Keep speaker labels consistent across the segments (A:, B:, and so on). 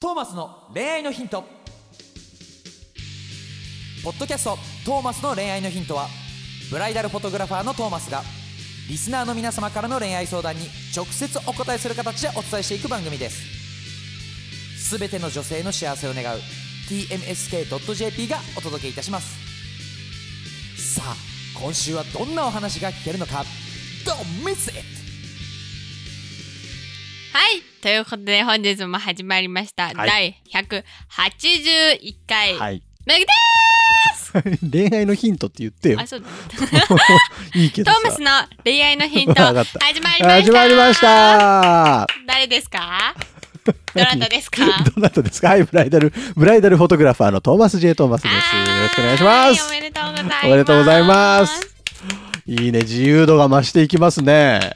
A: トーマスの恋愛のヒントポッドキャスト「トーマスの恋愛のヒントは」ブライダルフォトグラファーのトーマスがリスナーの皆様からの恋愛相談に直接お答えする形でお伝えしていく番組ですすべての女性の幸せを願う TMSK.jp がお届けいたしますさあ今週はどんなお話が聞けるのか Don't miss it!
B: はい。ということで、本日も始まりました。
C: はい
B: 第181回。。
C: はいい。
B: めぐで
C: 恋愛のヒントって言ってよ
B: ーあ、。そうだ。
C: いいけ
B: ト
C: どさ。
B: ーマスの恋愛のヒント。
C: わ
B: 始
C: か
B: ま
C: った
B: りました。
C: 始まりました。
B: 誰ですかどなたですか
C: どなたですかはい、ブライダル、ブライダルフォトグラファーのトーマス J. トーマスです。よろしくお願いしま
B: は
C: す
B: いお。めでとうございます。
C: おめでとうございます。。いいね、自由度が増していきますね。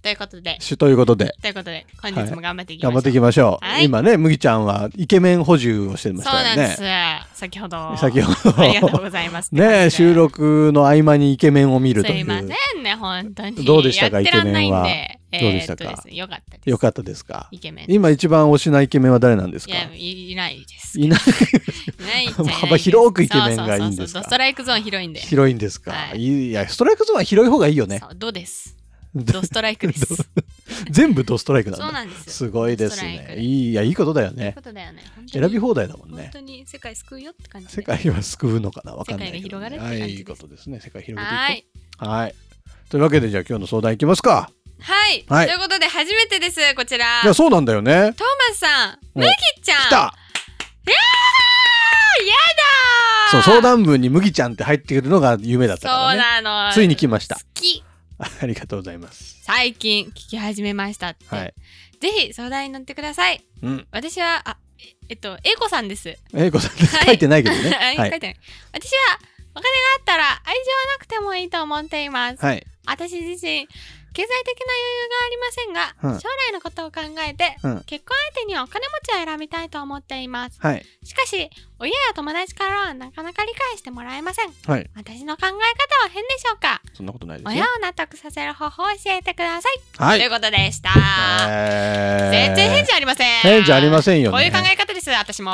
B: ということで、
C: しということで、
B: ということで、本日も頑張っていきましょう。
C: 頑張っていきましょう。
B: はい
C: 今ね、麦ちゃんはイケメン補充をしてまし
B: そ
C: た
B: うな
C: よ
B: ん
C: ね。
B: です。先ほど。
C: 先ほど
B: ありがとうございます。
C: ねえ収録の合間にイケメンを見ると
B: す
C: い。
B: いうませんね、本当に。
C: どうでしたか
B: やってらんないん
C: イケ
B: で
C: メンはどうでしたか
B: えーっとですねよかったです。
C: よかったですか。
B: イケメン。
C: 今一番推しなイケメンは誰なんです
B: い
C: か
B: や、いいないです。い
C: いない。
B: ないじゃないです
C: 幅広くイケメンがいいんです
B: そうそ
C: か
B: うそうそうドストライクゾーン広いんで。
C: 広いんですか、
B: はい
C: い、いやストライクゾーンは広い方がいいよね
B: そうどうです。ドストライクです。
C: ど
B: そう
C: 全部ドストライクなんだ
B: なんですよ。
C: すごいです
B: ドストライ
C: ね
B: ク
C: いいいやいいことだよ
B: そういう
C: ね
B: ことだよね。本当に
C: 選び放題だもん
B: 本
C: ね
B: 当に世界救うよって感じで。
C: 世界は救うのかなわかんないけど、
B: 世界が広がるって
C: は
B: 感じです
C: いいいことですね世界広げて
B: はいい。
C: こうはいというわけでじゃあ今日の相談いきますか
B: はい。
C: はい
B: ということで、初めてです、こちら。
C: いやそうなんだよね
B: トーマスさん、
C: お
B: むぎちゃん。
C: 来た
B: あーやだー
C: そう相談文に麦ちゃんって入ってくるのが夢だったからね
B: そうなの。
C: ついに来ました
B: 好き。
C: ありがとうございます
B: 最近聞き始めましたって。
C: はい
B: ぜひ相談に乗ってください。
C: うん
B: 私は、あ、ええっと、英子さんです。
C: 英子さんです
B: はい
C: 書いてないけどね
B: はい
C: は
B: 書い
C: い
B: てない 私はお金があったら愛情はなくてもいいと思っています、
C: はい
B: 私自身経済的な余裕がありませんが、
C: うん
B: 将来のことを考えて、
C: うん
B: 結婚相手にはお金持ちを選びたいと思っています
C: はい
B: しかし親や友達からはなかなか理解してもらえません
C: はい
B: 私の考え方は変でしょうか
C: そんなことないです
B: 親
C: よ
B: を納得させる方法を教えてください、
C: は
B: とい
C: いう
B: ことでした、
C: えー
B: 全然変じゃありません
C: 変じゃありませんよね
B: こういう考え方です私 も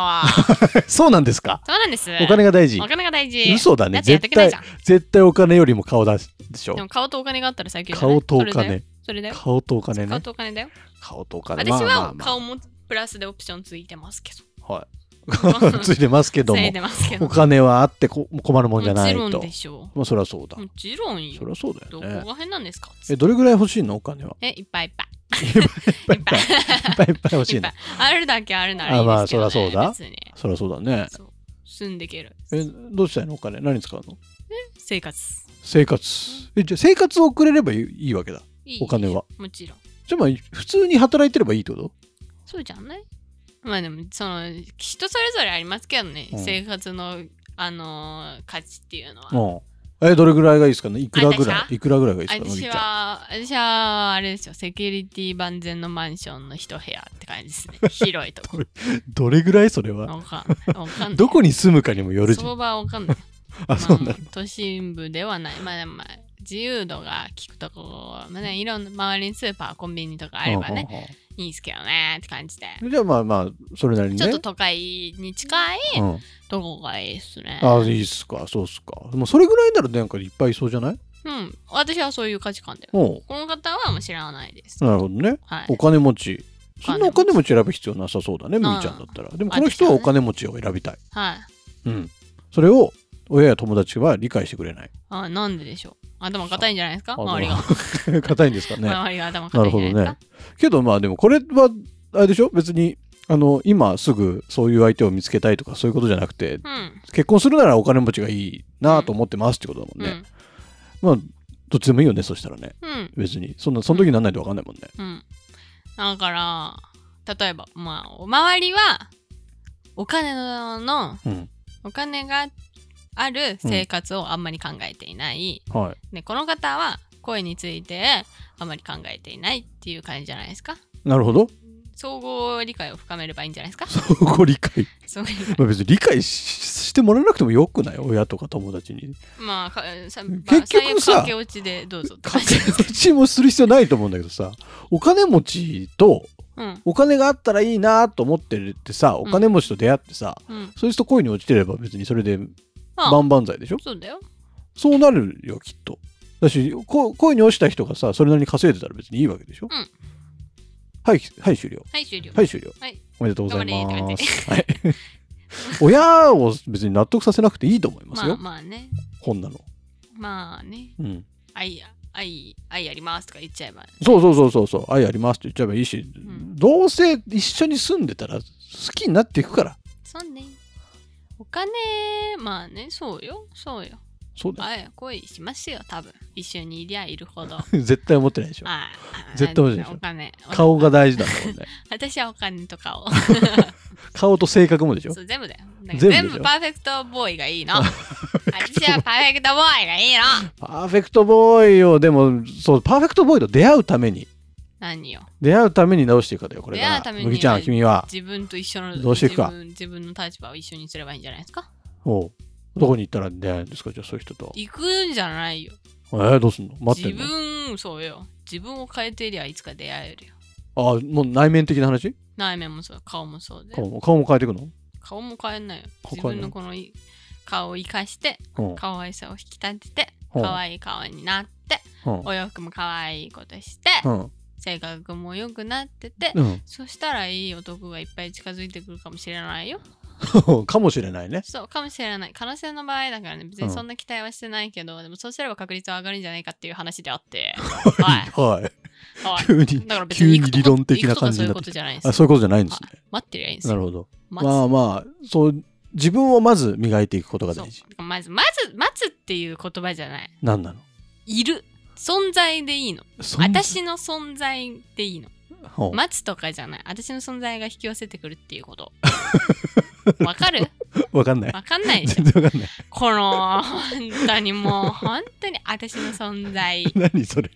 C: そうなんですか
B: そうなんです
C: お金が大事
B: お金が大事
C: 嘘だね
B: だってやって
C: 絶
B: けない
C: 対
B: じゃん
C: 絶対お金よりも顔だしでしょ
B: でも顔とお金があったら最強だね
C: 顔と
B: そ
C: お
B: れだよ
C: 金
B: それだよ
C: 顔とお金
B: 顔
C: ね
B: とお金だよ
C: 顔とお金
B: 私は
C: まあ
B: 顔もプラスでオプションついてますけど
C: まあまあ はい ついてますけど
B: つ
C: も
B: いてますけど
C: お金はあってこ困るもんじゃない
B: もちろん
C: と
B: でしょ
C: まあそりゃそうだ
B: うもちろんよ
C: そりゃそうだ
B: ど
C: よ
B: こ
C: ね
B: が変なんですか
C: えどれぐらい欲しいのお金は
B: えいっぱいいっぱい
C: いっぱいいっぱいいっぱい欲し
B: い
C: い
B: っ
C: の
B: ぱいあるだけあるならいいですけど、ね、
C: あまあそりゃそうだ
B: 別に
C: そりゃそうだね
B: そう住んでいける
C: えどうしたいのお金何に使うの
B: 生活
C: 生活えじゃあ生活を送れればいいいいわけだ
B: いい
C: お金は
B: もちろん
C: じゃあまあ普通に働いてればいいってこと
B: そうじゃないまあでもその人それぞれありますけどね、
C: うん
B: 生活のあのー価値っていうのは、
C: うん。え、どれぐらいがいいですかねいくらぐ
B: あ
C: ら
B: 私
C: いいくらぐらいがいいですか麦
B: 私
C: ちゃん
B: は、私は、あれですよ、セキュリティ万全のマンションの一部屋って感じです ね。広いとこ。
C: どれぐらいそれは
B: わかんない。わかんない。
C: どこに住むかにもよるじゃん。
B: 相場はわかんない。
C: あ、そうな
B: ま
C: の
B: あ。都心部ではない。まあでもまあ、自由度が効くとこ、まあね、いろんな周りにスーパー、コンビニとかあればね、
C: うんうん
B: いいですけどねって感じで。
C: うん。じゃあまあまあ、それなりにね。
B: ちょっと都会に近い
C: うん、
B: とこがいいですね。
C: あ、いいっすか、そうっすか。でもそれぐらいならなんかいっぱいいそうじゃない
B: うん。私はそういう価値観だよ。
C: おう
B: この方はもう知らないです。
C: なるほどね。
B: はい
C: お。金持ち。そんなお
B: お金
C: 金持ち選ぶ必要なさそうだね、
B: ん
C: 麦ちゃんだったら。でもこの人はお金持ちを選びたい。
B: はい。
C: うん。それを親や友達は理解してくれない。
B: あ、なんででしょう。頭硬いんじゃないですか周りが。
C: が。 硬いんですかね。
B: 周りが頭
C: な
B: 硬い
C: る
B: んじ
C: ほ
B: ゃ
C: ど
B: ないです
C: ね
B: か。。
C: けどまあでもこれはあれでしょ別にあの今すぐそういう相手を見つけたいとかそういうことじゃなくて
B: うん。
C: 結婚するならお金持ちがいいなと思ってますってことだもん
B: う
C: ね。
B: ん。
C: まあどっちでもいいよねそしたらね
B: うん。
C: 別にそんなその時になんないと分かんないもんね。
B: うん。だから、例えば、まあ、お周りは、お金のの、
C: うん
B: お金がある生活をあんまり考えていない。
C: はい、
B: で、この方は、恋についてあんまり考えていないっていう感じじゃないですか。
C: なるほど。
B: 総合理解を深めればいいんじゃないですか。
C: そこ理解。
B: そう
C: まあ、別に理解ししてもらわなくてもよくない親とか友達 に。
B: まあ、かさまあ
C: 結局
B: 最悪
C: さ
B: 駆け落ちでどうぞって感
C: 家
B: じ
C: 計持ちもする必要ないと思うんだけどさお金持ちと
B: うん
C: お金があったらいいなと思ってるってさお金持ちと出会ってさ、
B: うん
C: そういう人恋に落ちてれば別にそれで
B: あ
C: 万々歳でしょ
B: そうだよ
C: そうなるよきっとだしこ恋に落ちた人がさそれなりに稼いでたら別にいいわけでしょ、
B: ん
C: はいはい終了
B: はい終了
C: はい終了、
B: はい
C: おめでとうござい
B: 頑張れ
C: ま
B: って
C: す、はい、 親を別に納得させなくていいと思います
B: ま
C: よ、
B: あまあね
C: こんなの、
B: まあね
C: うん、
B: 愛や愛愛やりますとか言っちゃえば
C: そうそうそうそうそう愛ありますって言っちゃえばいいし、
B: ん
C: どうせ一緒に住んでたら好きになっていくから
B: そうねお金まあねそうよそうよ
C: そうだよ
B: 愛恋しますよ多分一緒にいりゃいるほ ど
C: 絶対思ってないでしょ
B: ああ
C: 絶対欲しいでしょ
B: お金
C: 顔が大事なんだもん ね
B: 私はお金とかを
C: 顔と性格もでしょ
B: そう全部だよだから
C: 全部でしょ
B: 全部パーフェクトボーイがいい の私はパーフェクトボーイがいいの
C: パーフェクトボーイをでもそうパーフェクトボーイと出会うために
B: 何よ
C: 出会うために直していくかだよこれ
B: 出会うために
C: 麦ちゃん君は
B: 自分と一緒の
C: どうしていくか
B: 自分自分の立場を一緒にすればいいんじゃないですか
C: おうどこに行ったら出会えるんですかじゃあそういう人と
B: 行くんじゃないよ
C: えー、どうすんの待って
B: 自
C: んの
B: 分そうよ自分を変えていりゃいつか出会えるよ
C: あもう内面的な話
B: 内面もそう顔もそうで
C: 顔も顔も変えていくの
B: 顔も変えんないよ
C: 顔
B: 自
C: 変えない
B: 分のこのい顔を生かして
C: うん
B: 可愛さを引き立てて
C: うん
B: 可愛い顔になって
C: うん
B: お洋服も可愛いことして
C: うん
B: 性格も良くなってて
C: う
B: そしたらいい男がいっぱい近づいてくるかもしれないよ
C: ん かもしれないね
B: そうかもしれない可能性の場合だからね別にそんな期待はしてないけど、でもそうすれば確率は上がるんじゃないかっていう話であって はい
C: はい
B: はい
C: 急に
B: だから別
C: 急
B: に
C: に
B: 行くと
C: 理
B: こ
C: 論的な感じ
B: 行
C: に
B: くとかそういうこ
C: なって
B: とじゃないんです
C: あ
B: よ
C: そういうことじゃないんですね
B: 待ってりゃいいんです
C: な
B: よ
C: るほど
B: 待つ
C: まあまあそう自分をまず磨いていくことが大事
B: そうまず待つ待つっていう言葉じゃない
C: 何なの
B: いる存在でいいの
C: そん
B: 私の存在でいいの
C: ほう
B: 待つとかじゃない私の存在が引き寄せてくるっていう ことわかる
C: わかんない
B: わかんないでしょ
C: 全然わかんない
B: この本当にもう本当に私の存在
C: 何それ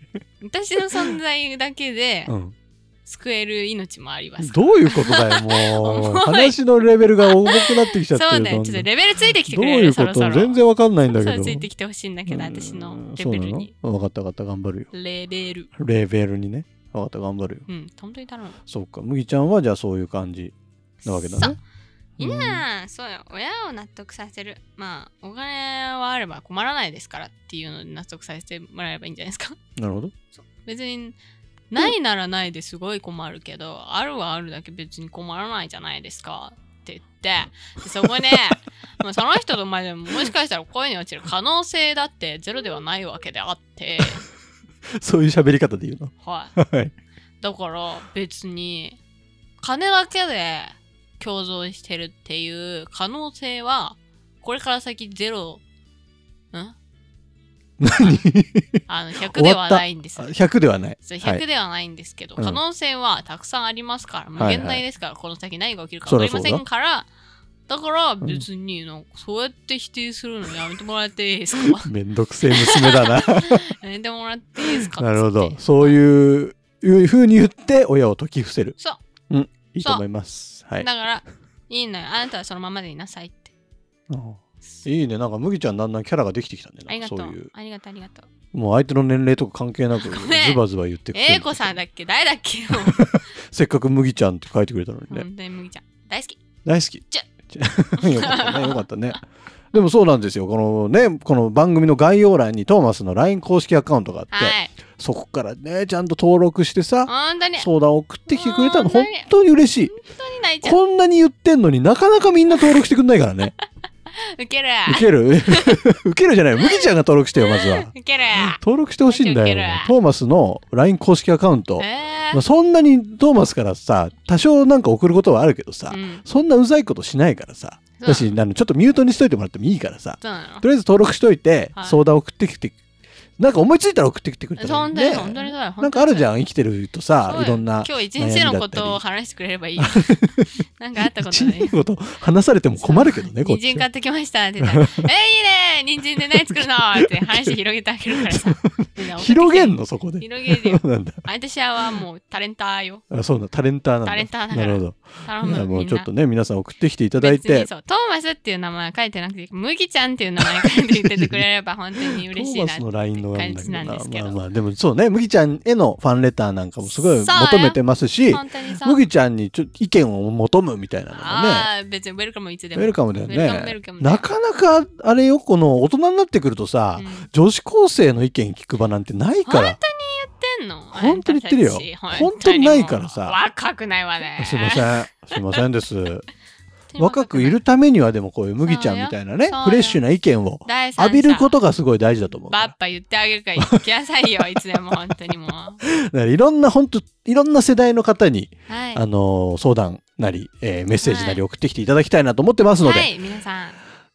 B: 私の存在だけで
C: うん
B: 救える命もありますから
C: どういうことだよ、もう。
B: 重い
C: 話のレベルが重くなってきちゃってる
B: そうだよちょっとレベルついてきてくれる
C: どういうこと
B: そろそろ
C: 全然わかんないんだけ
B: そ
C: ど。
B: うついてきてほしいんだけど私のレベルに
C: うんそうなのわかったわかった、頑張るよ。
B: レベル
C: レベルにね。わかった、頑張るよ。
B: うん本当に頼む
C: そうか、麦ちゃんはじゃあそういう感じなわけだね。
B: いやーそうよ親を納得させるまあお金はあれば困らないですからっていうので納得させてもらえればいいんじゃないですか
C: うんなるほど。
B: 別にないならないですごい困るけどあるはあるだけ別に困らないじゃないですかって言ってでそこでまあその人と前でももしかしたら恋に落ちる可能性だってゼロではないわけであって
C: そういう喋り方で言うの。
B: はい
C: はい。
B: だから別に金だけで共存してるっていう可能性はこれから先ゼロん
C: 何
B: あ の100ではないんです
C: あ ?100 ではない。
B: そう
C: は
B: 100
C: い
B: ではないんですけど、
C: うん
B: 可能性はたくさんありますから無
C: はい
B: 限大ですから、この先何が起きるか
C: そ
B: 分
C: り
B: か
C: ゃ
B: り
C: そ
B: ま
C: うだ
B: せんからだから
C: ん
B: 別になんかそうやって否定するのやめてもらっていいですか
C: めんどくせえ娘だな。
B: やめてもらっていいですか
C: なるほ
B: つっ
C: ど。
B: て
C: そういう、いうふうに言って親を説き伏せる。
B: そう
C: いいと思います。はい。
B: だからいいのよあなたはそのままでいなさいって
C: うんいいね。なんか麦ちゃんだんだんキャラができてきたね。
B: あ
C: な
B: り
C: んか
B: がと
C: そうういう。
B: ありがとうありがとう
C: もう相手の年齢とか関係なく
B: ごめん
C: ズバズバ言ってくれる
B: 英子さんだっけ誰だっ けよ
C: せっかく麦ちゃんって書いてくれたのにね、
B: 本当に麦ちゃん大好き
C: 大好き
B: じゃ
C: よかったねよかったねでもそうなんですよこのねこの番組の概要欄にトーマスの LINE 公式アカウントがあって、
B: はい
C: そこからねちゃんと登録してさ
B: 本当に本
C: 相談を送ってきてくれたの
B: 本
C: 本
B: 当に
C: 当に嬉しい
B: 当に泣いちゃう
C: こんなに言ってんのになかなかみんな登録してくんないか らね
B: ウケる
C: ウケる ウケるじゃない麦ちゃんが登録してよまず は
B: ウケる
C: 登録してほしいんだ
B: ウケる
C: よトーマスの LINE 公式アカウント
B: え
C: まあ、そんなにトーマスからさ多少なんか送ることはあるけどさ、
B: ーうん
C: そんなうざいことしないからさ
B: そう
C: だしあのちょっとミュートにしといてもらってもいいからさ
B: そうなの
C: とりあえず登録しといて、
B: はい
C: 相談送ってきてなんか思いついたら送ってきてくれたらい
B: 本
C: い
B: 当に
C: ね
B: 本当にそうだよ
C: なんかあるじ
B: ゃん
C: ゃん生きてるとさいろんな
B: 今日一日のことを話してくれればいい よなんかあったこと
C: ち
B: ね
C: いこと話されても困るけどねこっ
B: 人
C: ち
B: 参買ってきましたって言 ったら「えいいね人参で何作るの?」って話広げてあげるから さ
C: 広げんのそこで
B: 広げるよ
C: そうなんだ
B: 私はもうタレンターよ
C: あそうなんだタレンターなんだ
B: タレンターだから
C: なるほど
B: 頼
C: いや
B: む
C: も
B: み
C: うんちょ
B: な
C: っとね皆さん送ってきていただい
B: 別
C: て
B: にそうトーマスっていう名前は書いてなくて麦ちゃんっていう名前書いて言っててくれれば本当に
C: ト
B: 嬉し
C: ー
B: い
C: マ
B: なっ
C: ス
B: て
C: の LINE ののがあるんだけど
B: 感
C: な
B: じなんですけ
C: ま
B: ど
C: あまあでもそうね麦ちゃんへのファンレターなんかもすごい求めてますし
B: 本当にさ
C: 麦ちゃんにちょ意見を求むみたいなのがね
B: ああ別にウェルカムいつで
C: ウ
B: も
C: ェルカムだよ
B: ウェルカムウェ
C: ね
B: ルカムだよ
C: なかなかあれよこの大人になってくるとさ、
B: うん
C: 女子高生の意見聞く場なんてないから
B: 言ってんの
C: 本当に言ってるよ
B: 私たち
C: 本当にないからさ
B: もう若くないわね
C: すいません。すいませんです。
B: ん
C: 若くいるためにはでもこういう麦ちゃんみたいなね
B: そうよ、
C: フレッシュな意見を
B: 第三者
C: 浴びることがすごい大事だと思うか
B: バ
C: ら。
B: ッパ言ってあげるから言ってくださいよいつでも本当にもう
C: だからいろんな本当いろんな世代の方に、
B: はい
C: あのー相談なり、えーメッセージなり送ってきていただきたいなと思ってますので、
B: はい皆さん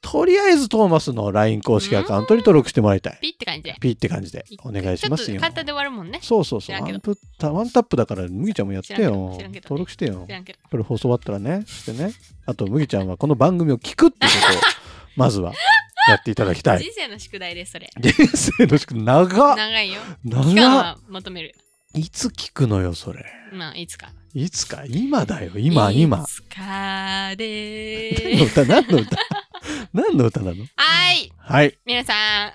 C: とりあえずトーマスの LINE 公式アカウントに登録してもらいたい。
B: ピッて感じで
C: ピーって感じでお願いします
B: ちょっ
C: よ
B: と。簡単で終わるもんね
C: そうそう
B: 知
C: そう。
B: ら
C: ワ
B: んけど
C: ンプタワンタップだから麦ちゃんもやってよ
B: 知らんけど知らんけ。ど
C: 登録してよ
B: 知。らんけど
C: これ放送終わったらねしてねあと麦ちゃんはこの番組を聞くっていうことをまずはやっていただきたい
B: 人生の宿題ですそれ
C: 人生の宿長っ
B: 長いよ期間
C: 長っ
B: は求める
C: いつ聞くのよそれ
B: まあいつか
C: いつか今だよ今今
B: いつかで
C: 何 の
B: ーす
C: 歌何の 歌何の歌なの
B: はい
C: はい
B: 皆さん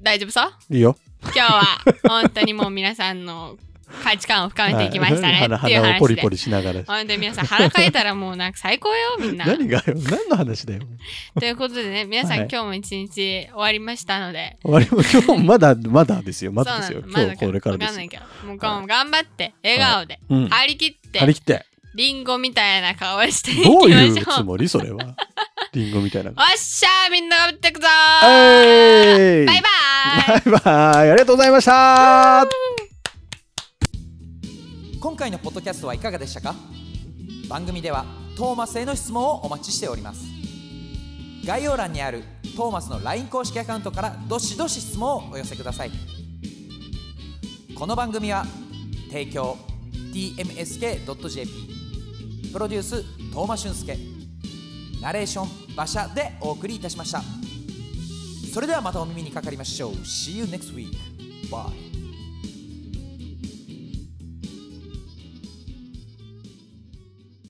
B: 大丈夫そう
C: いいよ
B: 今日は本当にもう皆さんの価値観を深めていきましたね
C: はい
B: っていう
C: 鼻をポ
B: 話
C: リ
B: で
C: ポリしながら
B: 本当に皆さん腹かえたらもうなんか最高よみんな。
C: 何がよ何の話だよ
B: ということでね皆さん、
C: はい
B: 今日も一日終わりましたので。
C: 終わりも今 日まだまだですよまだです
B: そう
C: よ
B: なの
C: 今日これから
B: まだわか
C: で
B: ん
C: す
B: ないけどもう今日も頑張って笑顔で、
C: うん
B: 張り切って、
C: 張り切って
B: リンゴみたいな顔していきましょう。
C: どういうつもりそ れはリンゴみたいな
B: おっしゃーみんな頑張ってくぞー
C: えい
B: バイバーイ
C: バイバイありがとうございました
A: 今回のポッドキャストはいかがでしたか番組ではトーマスへの質問をお待ちしております概要欄にあるトーマスの LINE 公式アカウントからどしどし質問をお寄せくださいこの番組は提供 tmsk.jp プロデューストーマ俊介ナレーション馬車でお送りいたしましたそれではまたお耳にかかりましょう See you next week Bye